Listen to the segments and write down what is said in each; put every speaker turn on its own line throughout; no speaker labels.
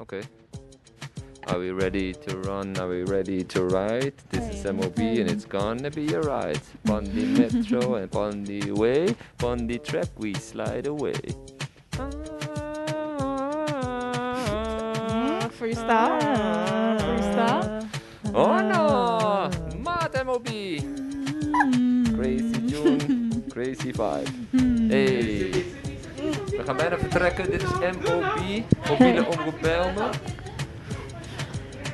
Okay. Are we ready to run? Are we ready to ride? This is MOB and it's gonna be a ride. On the metro and on the way, on the track we slide away.
Freestyle.
Ah.
Ah.
Freestyle.
Oh no! Mad MOB! Crazy tune, crazy vibe. Hey! We gaan bijna vertrekken. Dit is MOB, mobiele omroep Bijlmer.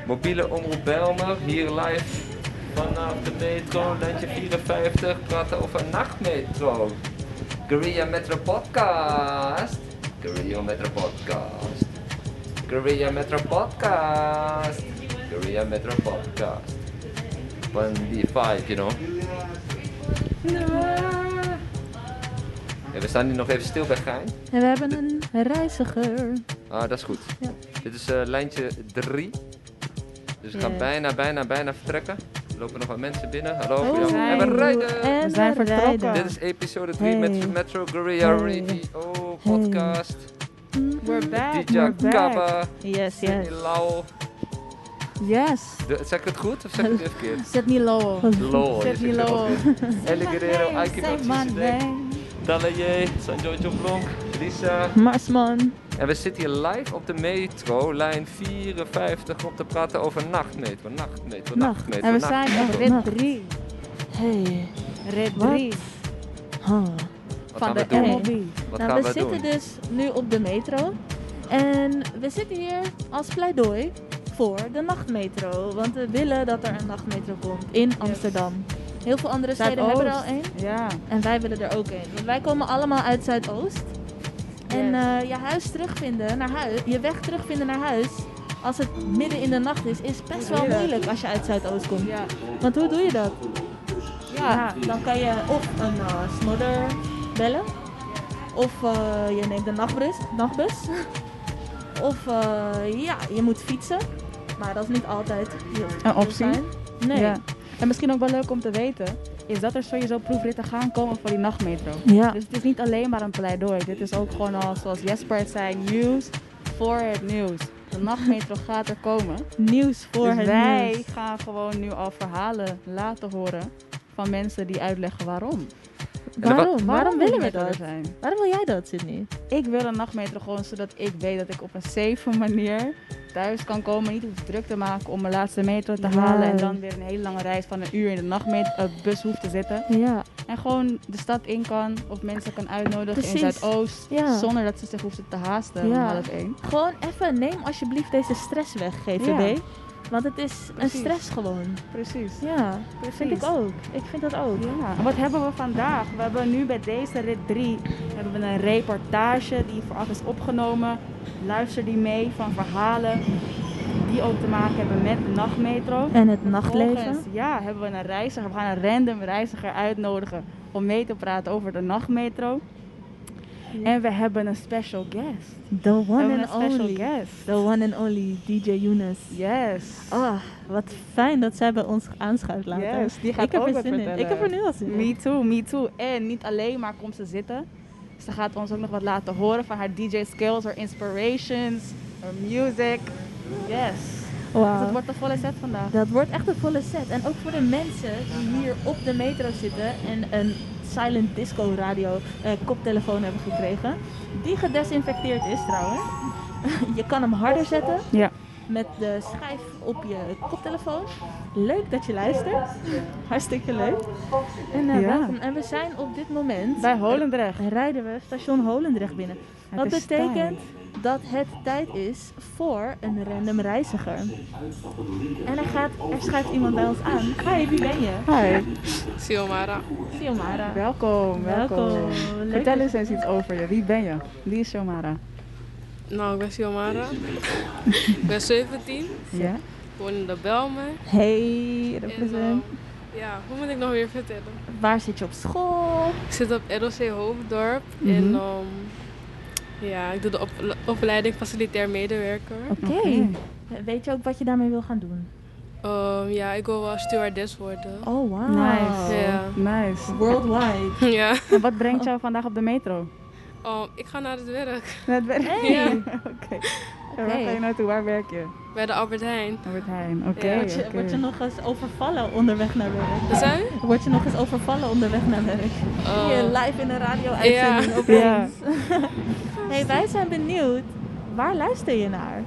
Mobiele omroep Bijlmer, hier live vanaf de metro, landje 54, praten over nachtmetro. Korea Metro Podcast. Korea Metro Podcast. Korea Metro Podcast. Korea Metro Podcast. 25, you know. Ja, we staan nu nog even stil bij Gein.
En we hebben een reiziger.
Ah, dat is goed.
Ja.
Dit is eh, lijntje 3. Dus we gaan
Ja.
bijna, bijna, bijna vertrekken. Er lopen nog wat mensen binnen. Hallo,
Oh,
goedemorgen. en
wij
we rijden!
En
We zijn
we rijden.
vertrokken.
Dit is episode 3
Hey.
met Metro Guerrilla
Hey.
Radio podcast.
We're back.
DJ
We're back.
Kappa,
Yes, yes.
Sidney Lau.
Yes.
De- Zeg ik het goed of zeg ik het verkeerd?
Sydney Lowell.
Lol. Oh, je
Sydney
zegt het
Lowell.
ook eh, goed. Elle Guerrero, Aiki
Say my
Baptiste,
name.
Dalaye, San Giorgio Blonk, Lisa.
Marsman.
En we zitten hier live op de metro, lijn 54, om te praten over nachtmetro, nachtmetro,
Nacht.
nachtmetro.
En we
nachtmetro.
zijn op
Nacht.
rit 3.
Hey.
Rit
Wat?
3
Huh.
Wat
van
gaan we
de
doen?
MLB.
Wat
Nou,
gaan
we
we
zitten
doen?
dus nu op de metro. En we zitten hier als pleidooi voor de nachtmetro. Want we willen dat er een nachtmetro komt in Amsterdam. Heel veel andere steden hebben er al één.
Ja.
En wij willen er ook één. Want wij komen allemaal uit Zuidoost. En
Yes.
eh, je huis terugvinden naar huis, je weg terugvinden naar huis, als het midden in de nacht is, is best wel
Moeilijk.
moeilijk als je uit Zuidoost komt.
Ja.
Want hoe doe je dat? Ja,
Ja.
dan kan je of een eh, smodder bellen, of eh, je neemt de nachtbus, nachtbus. of eh, ja, je moet fietsen. Maar dat is niet altijd heel
Een
heel
optie?
fijn. Nee.
Ja. En misschien ook wel leuk om te weten, is dat er sowieso proefritten gaan komen voor die nachtmetro.
Ja.
Dus het is niet alleen maar een pleidooi. Dit is ook gewoon al, zoals Jesper het zei, nieuws voor het nieuws. De nachtmetro gaat er komen.
Nieuws voor
dus
het
wij
nieuws.
gaan gewoon nu al verhalen laten horen van mensen die uitleggen waarom.
de wa-
Waarom? Waarom willen we
moet er
dat?
Zijn.
Waarom wil jij dat, Sydney?
Ik wil een nachtmetro gewoon zodat ik weet dat ik op een safe manier thuis kan komen. Niet hoef druk te maken om mijn laatste metro te
Ja.
halen. En dan weer een hele lange reis van een uur in de nachtmet- eh, bus hoef te zitten.
Ja.
En gewoon de stad in kan of mensen kan uitnodigen in
Precies.
Zuidoost.
Ja.
Zonder dat ze zich hoeven te haasten om
Ja.
half één.
Gewoon even, neem alsjeblieft deze stress weg, GVD. Want het is
Precies.
een stress gewoon.
Precies.
Ja, vind ik ook. Ik vind dat ook.
Ja, en wat hebben we vandaag? We hebben nu bij deze rit 3 hebben we een reportage die vooraf is opgenomen. Luister die mee van verhalen die ook te maken hebben met de nachtmetro.
En het
Vervolgens, Ja, hebben we een reiziger. We gaan een random reiziger uitnodigen om mee te praten over de nachtmetro. En we hebben een special guest.
The
we
one
hebben
Oh,
een Oh,
and
special
only.
guest.
The one and only DJ Younes.
Yes.
Ah, wat fijn dat zij bij ons aanschuift later.
Yes, die gaat
ik heb
ook
er
wat
zin in.
vertellen.
Ik heb er nu al zin in.
Me too, me too. En niet alleen maar komt ze zitten. Ze gaat ons ook nog wat laten horen van haar DJ skills, haar inspirations, haar music. Yes. Dus het
Wauw.
wordt een volle set vandaag.
Dat wordt echt een volle set. En ook voor de mensen die hier op de metro zitten en een silent disco radio eh, koptelefoon hebben gekregen. Die gedesinfecteerd is trouwens. je kan hem harder zetten
Ja.
met de schijf op je koptelefoon. Leuk dat je luistert. Hartstikke leuk. En eh,
Ja.
welkom. En we zijn op dit moment...
Bij Holendrecht.
Rijden we station Holendrecht binnen.
Het
Wat
is
betekent dat het tijd is voor een random reiziger. En er, gaat, er schrijft iemand bij ons aan. Hi, wie ben je?
Hi,
Silmara.
Siomara.
welkom, welkom.
Welkom. Leuk
Vertel
dat-
eens eens iets over je. Wie ben je? Wie is Shomara?
Nou, ik ben Silmara. ik ben 17. Ik
Ja?
woon in de Belmer.
Hey,
En,
represent.
ehm, ja, hoe moet ik nog weer vertellen?
Waar zit je op school?
Ik zit op ROC Hoofddorp.
Mhm.
En ehm, ja, ik doe de op- opleiding facilitair medewerker.
Oké. Weet je ook wat je daarmee wil gaan doen?
Ehm, ja, ik wil wel stewardess worden.
Oh, wow.
Nice.
Ja.
Nice.
Worldwide.
ja.
En wat brengt jou vandaag op de metro?
Um, ik ga naar het werk.
Naar het werk?
Hey.
Ja.
Oké. En waar ga je naartoe? Waar werk je?
Bij de Albert Heijn.
Albert Heijn. Oké.
Ja,
Word je,
oké.
word je nog eens overvallen onderweg naar werk?
Wat zei je?
Word je nog eens overvallen onderweg naar werk?
Oh.
Hier live in een radio-uitzending
Ja.
opeens. hey, wij zijn benieuwd. Waar luister je naar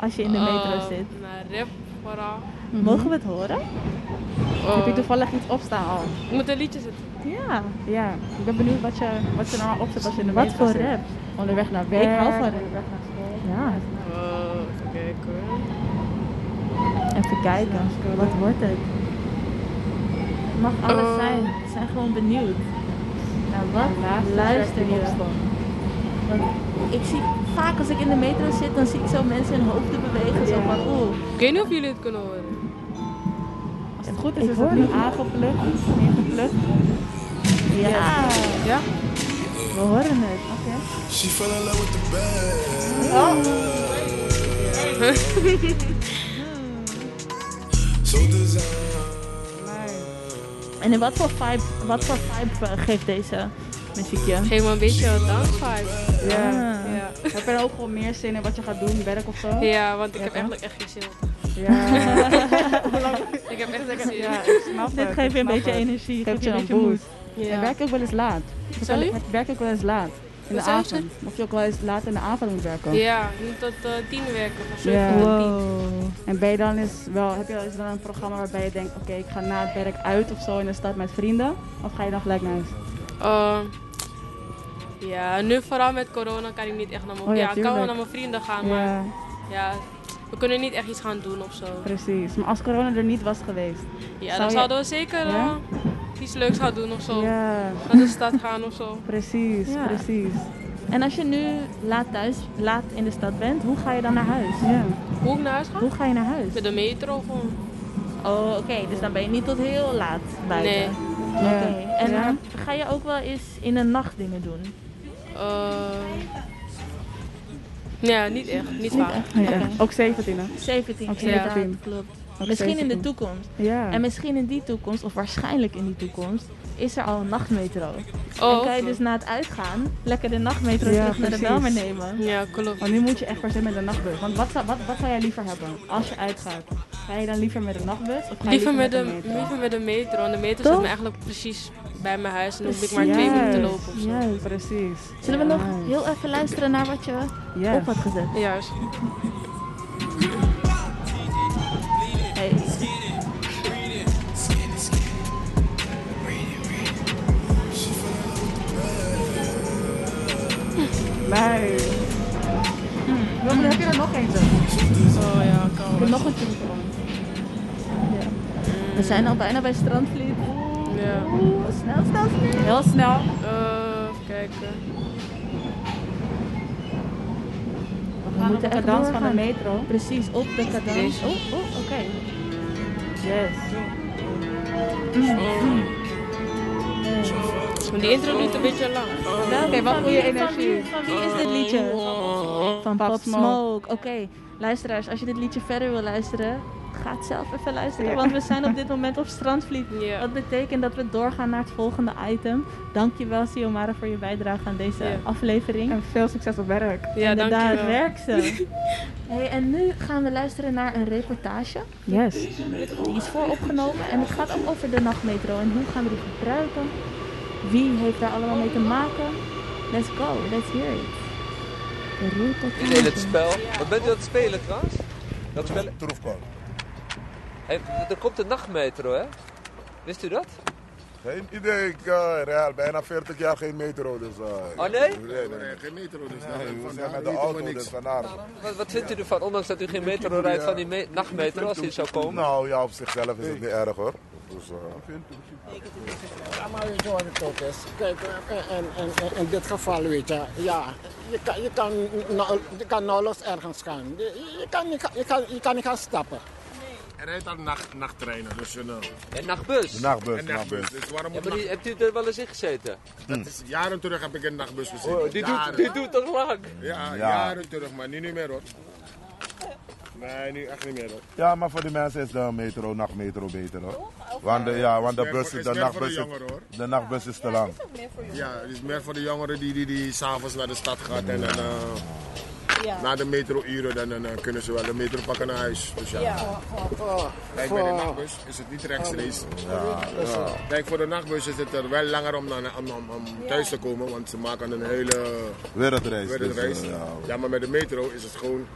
als je in de metro
Um,
zit?
Naar rap vooral.
Mhm.
Mogen we het horen? Oh.
Heb je
Um,
toevallig iets opstaan al?
ik moet een liedje zetten.
Ja.
Ja. Ik ben benieuwd wat je, wat je normaal opzet als je in de
Wat
metro
voor
zit.
rap?
Onderweg naar werk.
Ik hou van rap.
onderweg naar school.
Ja.
Oh, even kijken hoor.
Even kijken. Wat wordt het? Het mag alles
Eh.
zijn. We zijn gewoon benieuwd. Naar Nou, wat
Laatste
luister
track die
je?
opstond.
Want ik zie vaak als ik in de metro zit, dan zie ik zo mensen hun hoofden bewegen. Zo
Ja.
van, oeh.
Ik weet niet of jullie het kunnen horen.
Als het goed is,
Ik
is
hoor
het nu
het.
aangeplukt. Ingeplukt.
Ja.
Ja?
We horen het. Oké.
She fell in love with the bag.
Oh.
So designed.
En in wat voor vibe, wat voor vibe eh, geeft deze muziekje?
Geef me een beetje een dansvibe.
Ja.
Ah.
Ja.
Heb je er ook gewoon meer zin in wat je gaat doen, werk of zo?
ja, want ik heb
Ja.
eigenlijk echt geen zin.
Ja.
Ik heb echt geen zin.
Ja, ik snap
Dit
het, ik
geeft je een
snap
beetje
het.
energie,
Geeft
geeft
je
je een
een
beetje moed.
boost.
Ja.
Ik werk ook wel eens laat.
Sorry?
Ik werk ook wel eens laat. In de
Wat zei je?
avond. Of je ook wel eens laat in de avond moet werken.
Ja, je moet tot eh, tien werken of zo.
Ja.
tot tien.
En ben je dan eens wel, heb je wel eens dan een programma waarbij je denkt, oké, ik ga na het werk uit of zo in de stad met vrienden? Of ga je dan gelijk naar huis?
Eh, ja, nu vooral met corona kan ik niet echt naar mijn,
Oh ja,
ja, ik kan wel
tuurlijk.
naar mijn vrienden gaan, maar
Ja,
ja, we kunnen niet echt iets gaan doen of zo.
precies. Maar als corona er niet was geweest.
Ja,
Zou
dan
je-
zouden we zeker
Ja?
eh, iets leuks gaan doen of zo.
Ja,
Naar de stad gaan of zo.
precies,
Ja.
precies.
En als je nu laat thuis, laat in de stad bent, hoe ga je dan naar huis?
Ja.
Hoe ik naar huis ga?
Hoe ga je naar huis?
Met de metro gewoon.
Oh, oké. Dus dan ben je niet tot heel laat buiten.
Nee.
Oké.
Ja.
En
Ja.
eh, ga je ook wel eens in de nacht dingen doen?
Eh, ja, niet echt. Niet vaak.
Ja. Ook 17 hè?
17,
Ook
inderdaad,
17.
klopt.
Ook
Misschien in de
17.
toekomst.
Ja.
En misschien in die toekomst, of waarschijnlijk in die toekomst, is er al een nachtmetro. en
Oh,
kan je dus
klopt.
na het uitgaan lekker de nachtmetro
Ja,
terug naar de
precies.
Belmer nemen.
Ja, klopt.
Want nu moet je echt per se met de nachtbus. Want wat zou, wat, wat zou jij liever hebben als je uitgaat? Ga je dan liever met de nachtbus of ga je
Liever met, de,
metro?
liever met de metro. Want de metro
Toch?
zit me eigenlijk precies bij mijn huis. En dan hoef ik maar
Precies.
twee minuten te
Juist,
lopen of zo.
Juist.
Precies.
Zullen we
Ja.
nog heel even luisteren naar wat je
Yes.
op had gezet?
Juist.
Hey.
Nice. Wilma, Hmm. heb je er nog eentje?
Oh ja, kan
Heb je
wel.
nog een tune voor ons?
We zijn al bijna bij Strandvliet.
Ja.
Oeh, snel, snel, snel.
Heel snel.
Eh, even kijken.
We
gaan
gaan
op
op
de
de dans
cadans
van de
van de
metro.
Precies, op de cadans.
Deze.
Oh, oh, oké.
Yes.
Want die intro duurt een beetje lang.
Welke-
Oké, wat
van
goede
wie-
energie.
Van wie, van wie is dit liedje? Van Pop,
Pop
Smoke.
Smoke.
Oké, luisteraars, als je dit liedje verder wil luisteren, ga het zelf even luisteren.
Ja.
Want we zijn op dit moment op Strandvliet.
Ja.
Dat betekent dat we doorgaan naar het volgende item. Dankjewel, Siomara, voor je bijdrage aan deze
Ja.
aflevering.
En veel succes op werk.
Ja,
Inderdaad,
dankjewel.
werk ze. hey, en nu gaan we luisteren naar een reportage.
Yes.
Die is vooropgenomen en het gaat ook over de nachtmetro en hoe gaan we die gebruiken. Wie heeft daar allemaal mee te maken? Let's go, let's hear it. De
Ik deed het
reportage.
spel. Wat bent u aan het spelen trouwens? Dat spel...
Troefbal.
Hey, er komt een nachtmetro, hè? Wist u dat?
Geen idee, ik eh, Real, bijna 40 jaar geen metro, dus... eh,
Oh, nee?
Nee, nee.
Geen metro, dus
Nee, we
van
zijn
daar
met de
weten we
auto,
niks.
dus vandaar.
Wat, wat vindt u ervan, ondanks dat u geen metro rijdt
eh,
van die me- nachtmetro als die zou komen?
Nou ja, op zichzelf is het niet erg hoor. Dus, eh,
Ja, maar je hoort het ook eens. Kijk, eh, en, en, en in dit geval, weet je, ja, je kan, je kan, nau- je kan nauwelijks ergens gaan. Je, je kan, niet ga- je, kan, je kan niet gaan stappen.
Er rijdt al nacht, nachttreinen, dus eh, nou,
Een nachtbus?
de
Ja,
nachtbus,
een
de nachtbus.
nachtbus. Dus waarom
maar
op nacht?
die, hebt u er wel eens in gezeten?
Dat is, jaren terug heb ik een nachtbus gezien.
Oh, die, doet,
jaren.
die doet toch lang?
Ja, jaren terug, maar niet nu meer hoor. Nee, nu echt niet meer. hoor.
Ja, maar voor de mensen is de metro, nachtmetro beter hoor. Want de, ja, want de,
Is meer
bus,
voor- is
de,
meer voor
nachtbus,
de jongeren, hoor.
de nachtbus is te lang.
Ja, het is meer voor de jongeren die, die, die s'avonds naar de stad gaat en dan eh,
Ja.
na de metro-uren dan, dan, eh, kunnen ze wel de metro pakken naar huis. Dus ja, kijk bij de nachtbus is het niet rechtstreeks. Kijk, voor de nachtbus is het er wel langer om, naar, om, om, om thuis te komen, want ze maken een hele
Wereldreis. dus, eh,
wereldreis.
ja.
Ja, maar met de metro is het gewoon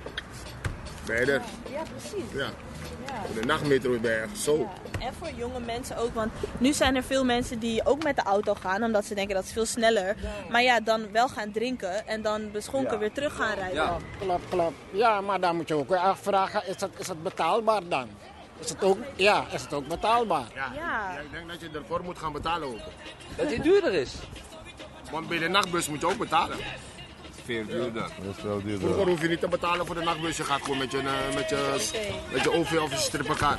verder.
Ja, precies.
Ja.
Ja.
Voor De nachtmetro is bij echt zo.
En voor jonge mensen ook, want nu zijn er veel mensen die ook met de auto gaan, omdat ze denken dat is veel sneller. Maar ja, dan wel gaan drinken en dan beschonken weer terug gaan rijden.
Ja.
Klap, klap. Ja, maar dan moet je ook weer afvragen, is het, is het betaalbaar dan? Is het ook, ja, is het ook betaalbaar?
Ja.
Ja.
Ik denk dat je ervoor moet gaan betalen ook.
Dat die duurder is.
Want bij de nachtbus moet je ook betalen.
Veel duurder.
Dat is wel duurder.
Vroeger hoef je niet te betalen voor de nachtbus. Je gaat gewoon met je, eh, met je, met je OV of je stripper gaan.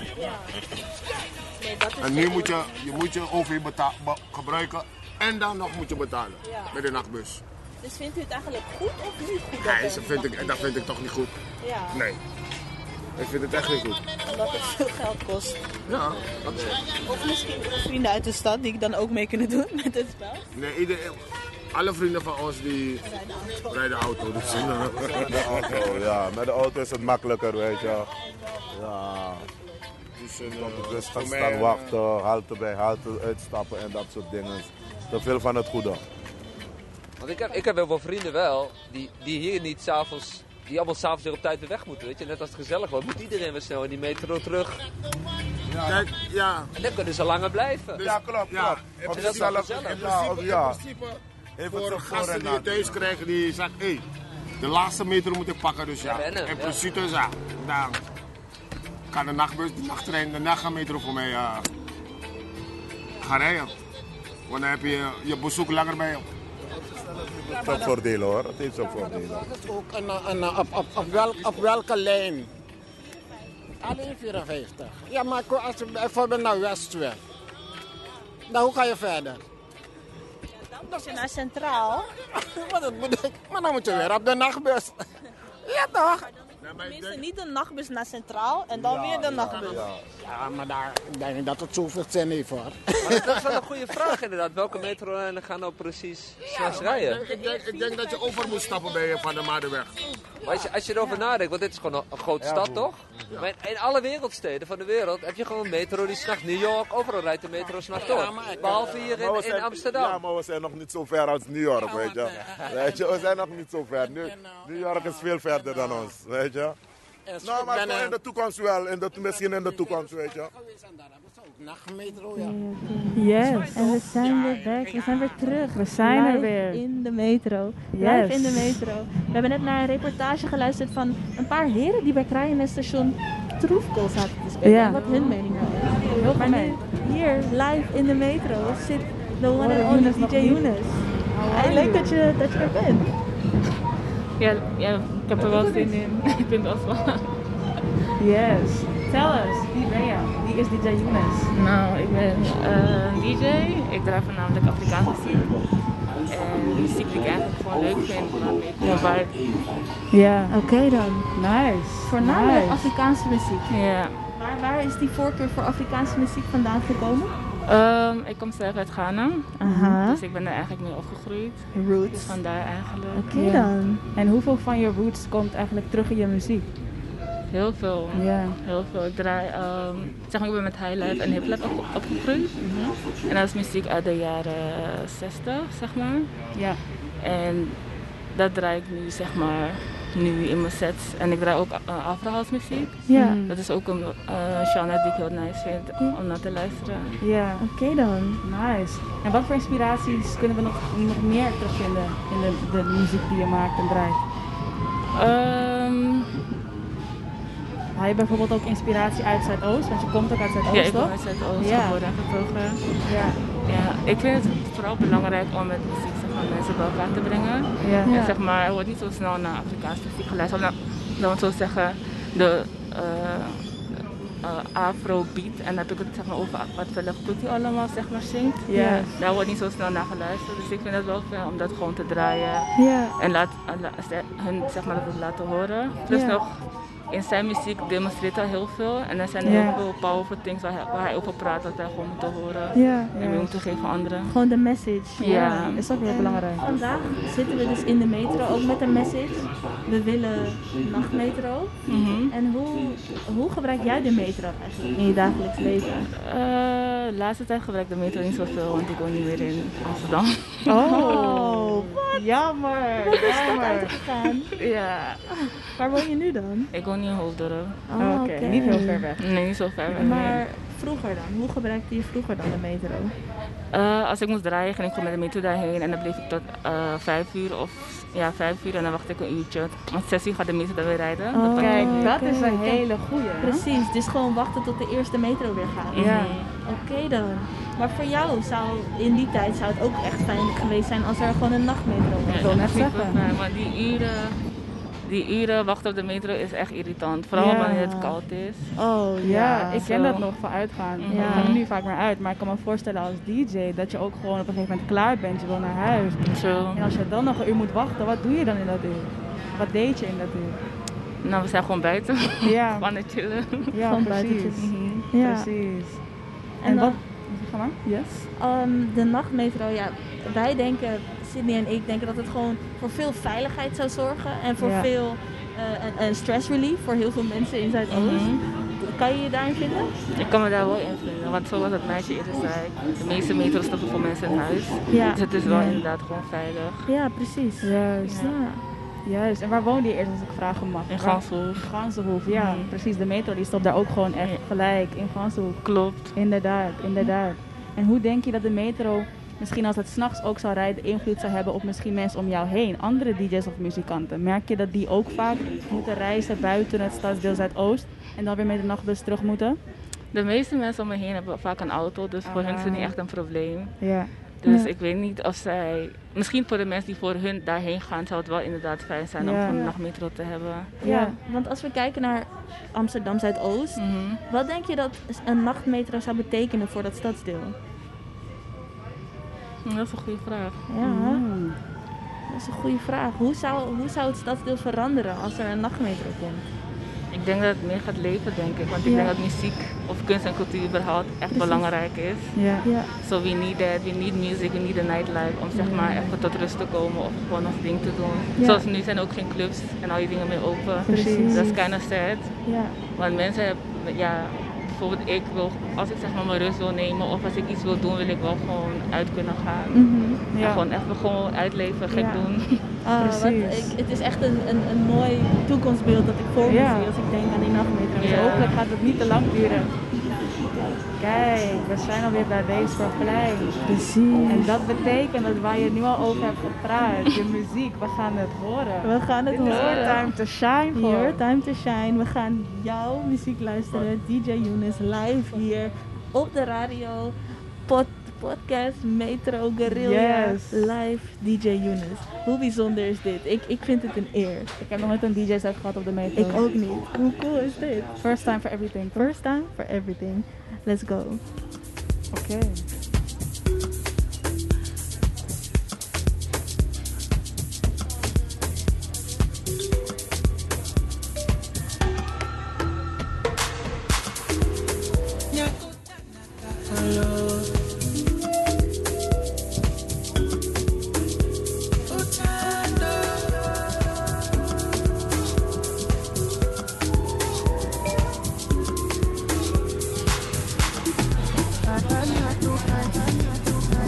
En nu moet je je, moet je OV beta- be- gebruiken en dan nog moet je betalen met de nachtbus.
Dus vindt u het eigenlijk goed of niet goed?
Nee, dat vind, ik, dat vind ik toch niet goed.
Ja,
Nee. Ik vind het echt niet goed.
omdat het veel geld kost.
Ja, dat is
Of misschien voor vrienden uit de stad die ik dan ook mee kunnen doen met het spel.
Nee, ieder, alle vrienden van ons die rijden auto. Dus, eh,
De auto, ja. Met de auto is het makkelijker, weet je. wel. Ja.
dus,
Op de bus gaan
voor mij,
staan
eh,
wachten, halte bij halte uitstappen en dat soort dingen. Te veel van het goede.
Want ik heb, ik heb heel veel vrienden wel, die, die hier niet s'avonds, die allemaal s'avonds weer op tijd weer weg moeten. Weet je, net als het gezellig wordt, moet iedereen weer snel in die metro terug.
Kijk, ja. dus-
En dan kunnen ze langer blijven.
Ja, klopt,
Ja,
klopt.
in
Op
principe-
zichzelf-
in principe-
Dus- ja, of- ja.
in principe
Heeft het
voor
zijn
de
voor- en
gasten die het thuis
nadelen.
krijgen, die zeggen, hé, de laatste meter moet ik pakken. Dus ja,
Ja, wennen,
in
ja.
principe ja, dan kan de nachtbus, de nachttrein, de nachtmetro voor mij eh, gaan rijden. Want dan heb je je bezoek langer bij je.
Het heeft voordelen hoor, het heeft zijn voordelen.
Dat is ook een, een, een- op, op, op, wel, op welke lijn? Alleen 54. Ja, maar ko- als je bijvoorbeeld naar West wil, dan hoe ga je verder?
Dan je naar Centraal.
Maar, dat moet ik, maar dan moet je weer op de nachtbus. Ja toch?
Tenminste, niet de nachtbus naar Centraal en dan weer de nachtbus.
Ja, maar daar ik denk ik dat het zoveel zin heeft hoor.
Maar dat is wel een goede vraag inderdaad. Welke metrolijnen gaan nou precies s'nachts rijden?
Ik denk, ik denk dat je over moet stappen bij eh, Van der Maardenweg.
Maar als je, als je erover nadenkt, want dit is gewoon een, een grote stad, toch? Maar in, in alle wereldsteden van de wereld heb je gewoon metro die s'nachts... New York, overal rijdt de metro s'nachts door. Behalve hier
Maar we
in, in
zijn- Ja,
Amsterdam.
maar we zijn nog niet zo ver als New York, weet je. Weet je, we zijn nog niet zo ver. Nu, New York is veel verder dan ons, weet je.
Is
Nou,
goed,
maar
ben,
gewoon in
eh,
de toekomst wel. In de, misschien in de toekomst, weet je.
geweest en daar hebben ze ook nachtmetro, oh ja.
Yes.
En we zijn weer back, we zijn weer terug.
We zijn er
Live
weer.
in de metro. Live
Yes.
in de metro. We hebben net naar een reportage geluisterd van een paar heren die bij Kraaienmesterstation troefkool zaten te spelen.
Ja.
En wat hun mening nou is.
Heel
Maar
goed
nu,
mee.
hier, live in de metro, zit de one
Hoor
and
Younes
only
nog
DJ
niet?
Younes. Hey, leuk dat je, dat je er bent.
Ja, ja, ik heb er wel zin in. ik vind dat wel.
Yes. Tell us, wie ben je? Wie is DJ Younes?
Nou, ik ben eh, een DJ. Ik draai voornamelijk Afrikaanse muziek. En muziek die ik eigenlijk gewoon leuk vind, waarmee ik mijn vibe.
Ja. nou,
Oké dan.
Nice.
Voornamelijk
Nice.
Afrikaanse muziek.
Ja.
Waar, waar is die voorkeur voor Afrikaanse muziek vandaan gekomen?
Ehm, ik kom zelf uit Ghana,
Aha,
dus ik ben daar eigenlijk mee opgegroeid. Dus
roots.
vandaar eigenlijk
Oké
Ja.
dan.
En hoeveel van je roots komt eigenlijk terug in je muziek?
heel veel.
Ja.
Heel veel. Ik draai, ehm, zeg maar, ik ben met highlife en hiphop op, opgegroeid.
Mhm.
En dat is muziek uit de jaren 60, zeg maar.
Ja.
En dat draai ik nu, zeg maar, nu in mijn sets. En ik draai ook uh, afrohouse muziek.
Ja,
Hmm. Mhm.
Dat is ook een eh, genre die ik heel nice vind om naar te luisteren.
Ja.
oké dan.
Nice. En wat voor inspiraties kunnen we nog, nog meer terugvinden in de, de muziek die je maakt en draait?
Ehm,
Haal je bijvoorbeeld ook inspiratie uit Zuidoost? Want je komt ook uit Zuidoost,
ja, ik ben
toch?
met Zuidoost
Ja.
geboren en getogen.
Ja.
Ja, ik vind het vooral belangrijk om met muziek zeg maar, mensen bij elkaar te brengen.
Ja.
En zeg maar, er wordt niet zo snel naar Afrikaanse muziek geluisterd. Of nou, laten we het zo zeggen, de eh, eh, afrobeat. En dan heb ik het zeg maar, over wat Velef Kuti allemaal zeg maar, zingt.
Ja.
Daar wordt niet zo snel naar geluisterd. Dus ik vind het wel fijn om dat gewoon te draaien.
Ja,
En laat, en la- ze- hun zeg maar, dat laten horen. Plus
Ja.
nog in zijn muziek demonstreert hij heel veel. En er zijn
Ja.
heel veel powerful things waar hij, waar hij over praat, dat wij gewoon moeten horen.
Ja.
En mee moeten geven aan anderen.
Gewoon de message.
Ja.
Dat is ook heel belangrijk. Vandaag zitten we dus in de metro, ook met een message. We willen nachtmetro. En hoe, hoe gebruik jij de metro eigenlijk in je dagelijks leven?
Eh, de laatste tijd gebruik ik de metro niet zoveel, want ik woon niet meer in Amsterdam.
Oh,
Jammer.
wat is dat uitgegaan?
ja.
Waar woon je nu dan?
Ik woon niet in Hoofddorp.
Oh,
Oké, niet heel ver weg.
Nee, niet zo ver weg. nee.
Maar vroeger dan? Hoe gebruikte je vroeger dan de metro?
Eh, als ik moest draaien, ging ik gewoon met de metro daarheen. En dan bleef ik tot eh, vijf uur of ja, vijf uur. En dan wachtte ik een uurtje. Want zes uur gaat de metro dan weer rijden.
Oh,
Dat was-
Kijk, dat is
Kijk,
een
kijk.
hele goeie.
Precies, dus gewoon wachten tot de eerste metro weer gaat.
Ja.
Oké dan. Maar voor jou zou in die tijd zou het ook echt fijn geweest zijn als er gewoon een nachtmetro was.
Ja,
wil
dat
net
is niet
zeggen.
fijn, Maar die uren, die uren wachten op de metro is echt irritant. Vooral
Ja.
wanneer het koud is.
Oh
Ja, ik ken
zo.
dat nog van uitgaan.
Ja.
Ik ga er nu vaak maar uit, maar ik kan me voorstellen als DJ dat je ook gewoon op een gegeven moment klaar bent, je wil naar huis.
Zo.
En als je dan nog een uur moet wachten, wat doe je dan in dat uur? Wat deed je in dat uur?
Nou, we zijn gewoon buiten.
Ja,
Gewoon aan het chillen.
ja
Gewoon
precies.
buitentjes.
Ja.
Ja.
Precies. En,
En
wat?
dan-
Ga maar. Yes.
Ehm, de nachtmetro, ja, wij denken, Sydney en ik denken dat het gewoon voor veel veiligheid zou zorgen en voor
Ja.
veel eh, en- en stress relief voor heel veel mensen in Zuidoost. Kan je je daarin vinden?
Ik kan me daar wel in vinden, want zoals het meisje eerder zei, de meeste metro's stoppen voor mensen in huis.
Ja.
Dus het is wel inderdaad gewoon veilig.
Ja, precies.
Juist.
Ja.
Juist. En waar woonde je eerst als ik vragen mag?
In Mm.
Waar-
Ganshof.
Ganzenhoef, ja. Precies, de metro die stopt daar ook gewoon echt gelijk in Ganshoef.
Klopt.
Inderdaad, inderdaad. En hoe denk je dat de metro, misschien als het s'nachts ook zou rijden, invloed zou hebben op misschien mensen om jou heen? Andere DJ's of muzikanten. Merk je dat die ook vaak moeten reizen buiten het stadsdeel Zuidoost en dan weer met de nachtbus terug moeten?
De meeste mensen om me heen hebben vaak een auto, dus voor hen is het niet echt een probleem.
Ja.
Dus
Ja.
ik weet niet of zij... Misschien voor de mensen die voor hun daarheen gaan, zou het wel inderdaad fijn zijn om
Ja.
gewoon een nachtmetro te hebben.
Ja, want als we kijken naar Amsterdam Zuidoost,
Mhm.
wat denk je dat een nachtmetro zou betekenen voor dat stadsdeel?
Dat is een goede vraag.
Ja, Mhm. dat is een goede vraag. Hoe zou, hoe zou het stadsdeel veranderen als er een nachtmetro komt?
Ik denk dat het meer gaat leven, denk ik. Want ik
Ja.
denk dat muziek of kunst en cultuur überhaupt echt belangrijk is.
Ja.
Ja,
So we need that, we need music, we need a nightlife om zeg maar even tot rust te komen of gewoon ons ding te doen.
Ja.
Zoals nu zijn ook geen clubs en al die dingen meer open.
Precies.
Dat is kinda sad.
ja.
Want mensen hebben, ja, bijvoorbeeld ik wil, als ik zeg maar mijn rust wil nemen of als ik iets wil doen, wil ik wel gewoon uit kunnen gaan.
Mhm.
En gewoon even gewoon uitleven, gek
Ja.
doen.
Ah, wat
Precies.
ik- het is echt een, een, een mooi toekomstbeeld dat ik voor me
Ja.
zie als ik denk aan die nachtmetro.
Ja.
Hopelijk gaat het niet te lang duren. Kijk, we zijn alweer bij Weesperplein. Precies. En dat betekent dat waar je nu al over hebt gepraat, je muziek, we gaan het horen.
We gaan het
Dit is your
horen.
time to shine voor.
Your time to shine. We gaan jouw muziek luisteren. DJ Younes live hier op de radio. Pod, podcast Metro Guerrilla.
Yes.
Live DJ Younes. Hoe bijzonder is dit? Ik, ik vind het een eer.
Ik heb nog nooit een DJ set gehad op de metro.
Ik ook niet. Hoe cool is dit?
First time for everything. toch?
First time for everything. Let's go.
Oké.
Thank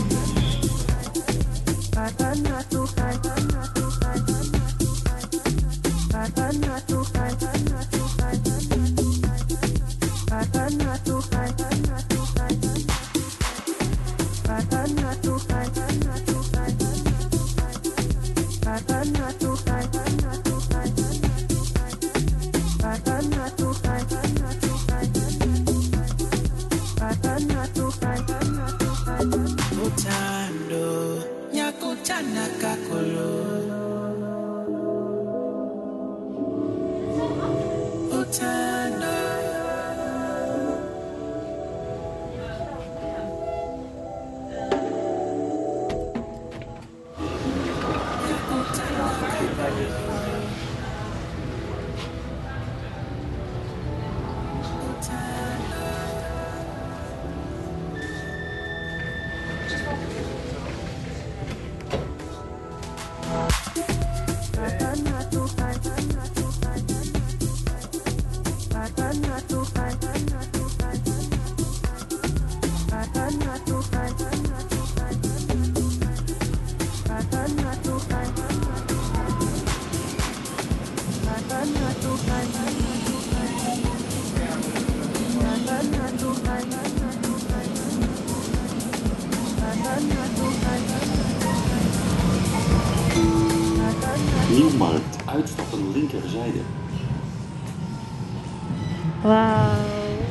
Nieuwmarkt, uitstappen linkerzijde.
Wauw,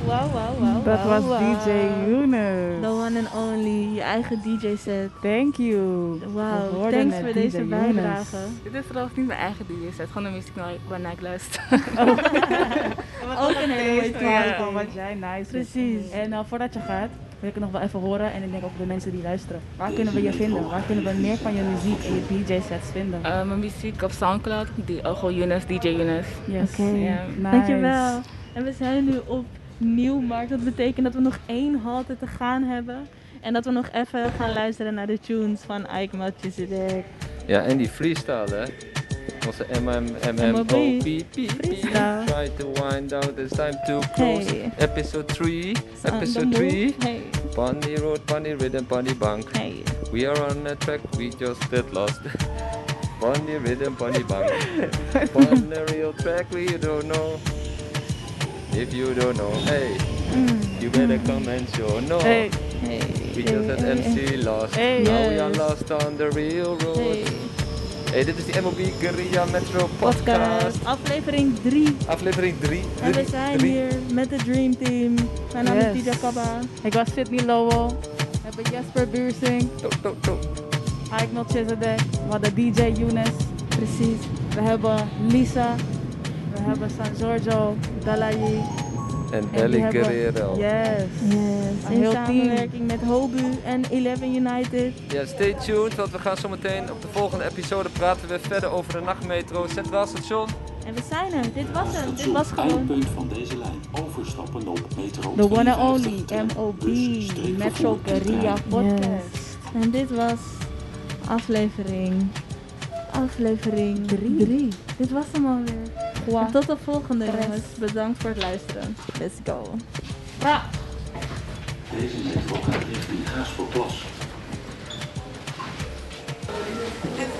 wauw, wauw, wauw.
Dat was
wauw.
DJ
The
Yunus.
one and only, je eigen DJ set.
Thank you. We
Wauw,
hoorden
thanks
het,
voor
DJ
deze
Yunus.
bijdrage.
Dit is trouwens niet mijn eigen DJ set, gewoon de muziek waar- waarnaar ik luister.
Ook een hele mooie
Ja,
track.
van wat jij nice vindt.
Precies.
En eh, voordat je gaat, wil ik het nog wel even horen. En ik denk ook de mensen die luisteren. Waar kunnen we je vinden? Waar kunnen we meer van je muziek en je DJ-sets vinden?
Eh, mijn muziek op Soundcloud, die, ook gewoon Yunus, DJ Yunus.
Yes.
Oké,
Ja.
Nice.
dankjewel. En we zijn nu op Nieuwmarkt. Dat betekent dat we nog één halte te gaan hebben. En dat we nog even gaan luisteren naar de tunes van Ike Melchizedek.
Ja, en die freestyle, hè. Onze
MOB.
MMMOP.
Freestyle.
Try to wind out, it's time to close.
Hey,
Episode 3,
on the
episode
move.
3.
Hey,
Bunny road, bunny rhythm, bunny bank.
hey.
We are on a track, we just get lost. bunny rhythm, bunny bank. on a real track, we don't know. If you don't know, hey,
Mm,
you better come and show. No,
Hey,
hey.
we just had
hey, hey.
MC lost.
Hey.
Now we are
Yes.
lost on the real road.
Hey,
Hey, dit is die MOB Guerrilla Metro Podcast.
Podcast, aflevering 3.
Aflevering 3.
En we zijn hier met de Dream Team. Mijn naam is
Yes.
DJ Kabba.
Ik was Sydney Lowell. We hebben Jesper Buursing. Ike Melchizedek. We hadden DJ Yunus.
Precies.
We hebben Lisa. We hebben San Giorgio. Dalayi.
En
En die
Ellie
hebben-
Guerrero.
Yes.
Yes.
heel
In
team.
samenwerking met Hobu en Eleven United.
Ja, stay tuned, want we gaan zo meteen op de volgende episode praten we verder over de nachtmetro Centraal Station.
En we zijn er. Dit was hem. Dit
Station,
was gewoon.
Eindpunt van deze lijn. Overstappen op metro
The one and
52,
only
tram,
MOB.
bus, streekvervoer
Metro
en
Guerrilla
trein.
Podcast.
Yes. En dit was aflevering. Aflevering 3. Dit was hem alweer. En tot de volgende
Tres.
jongens. Bedankt voor het luisteren. Let's go.
Deze metro gaat richting Haas voor Plas.
Het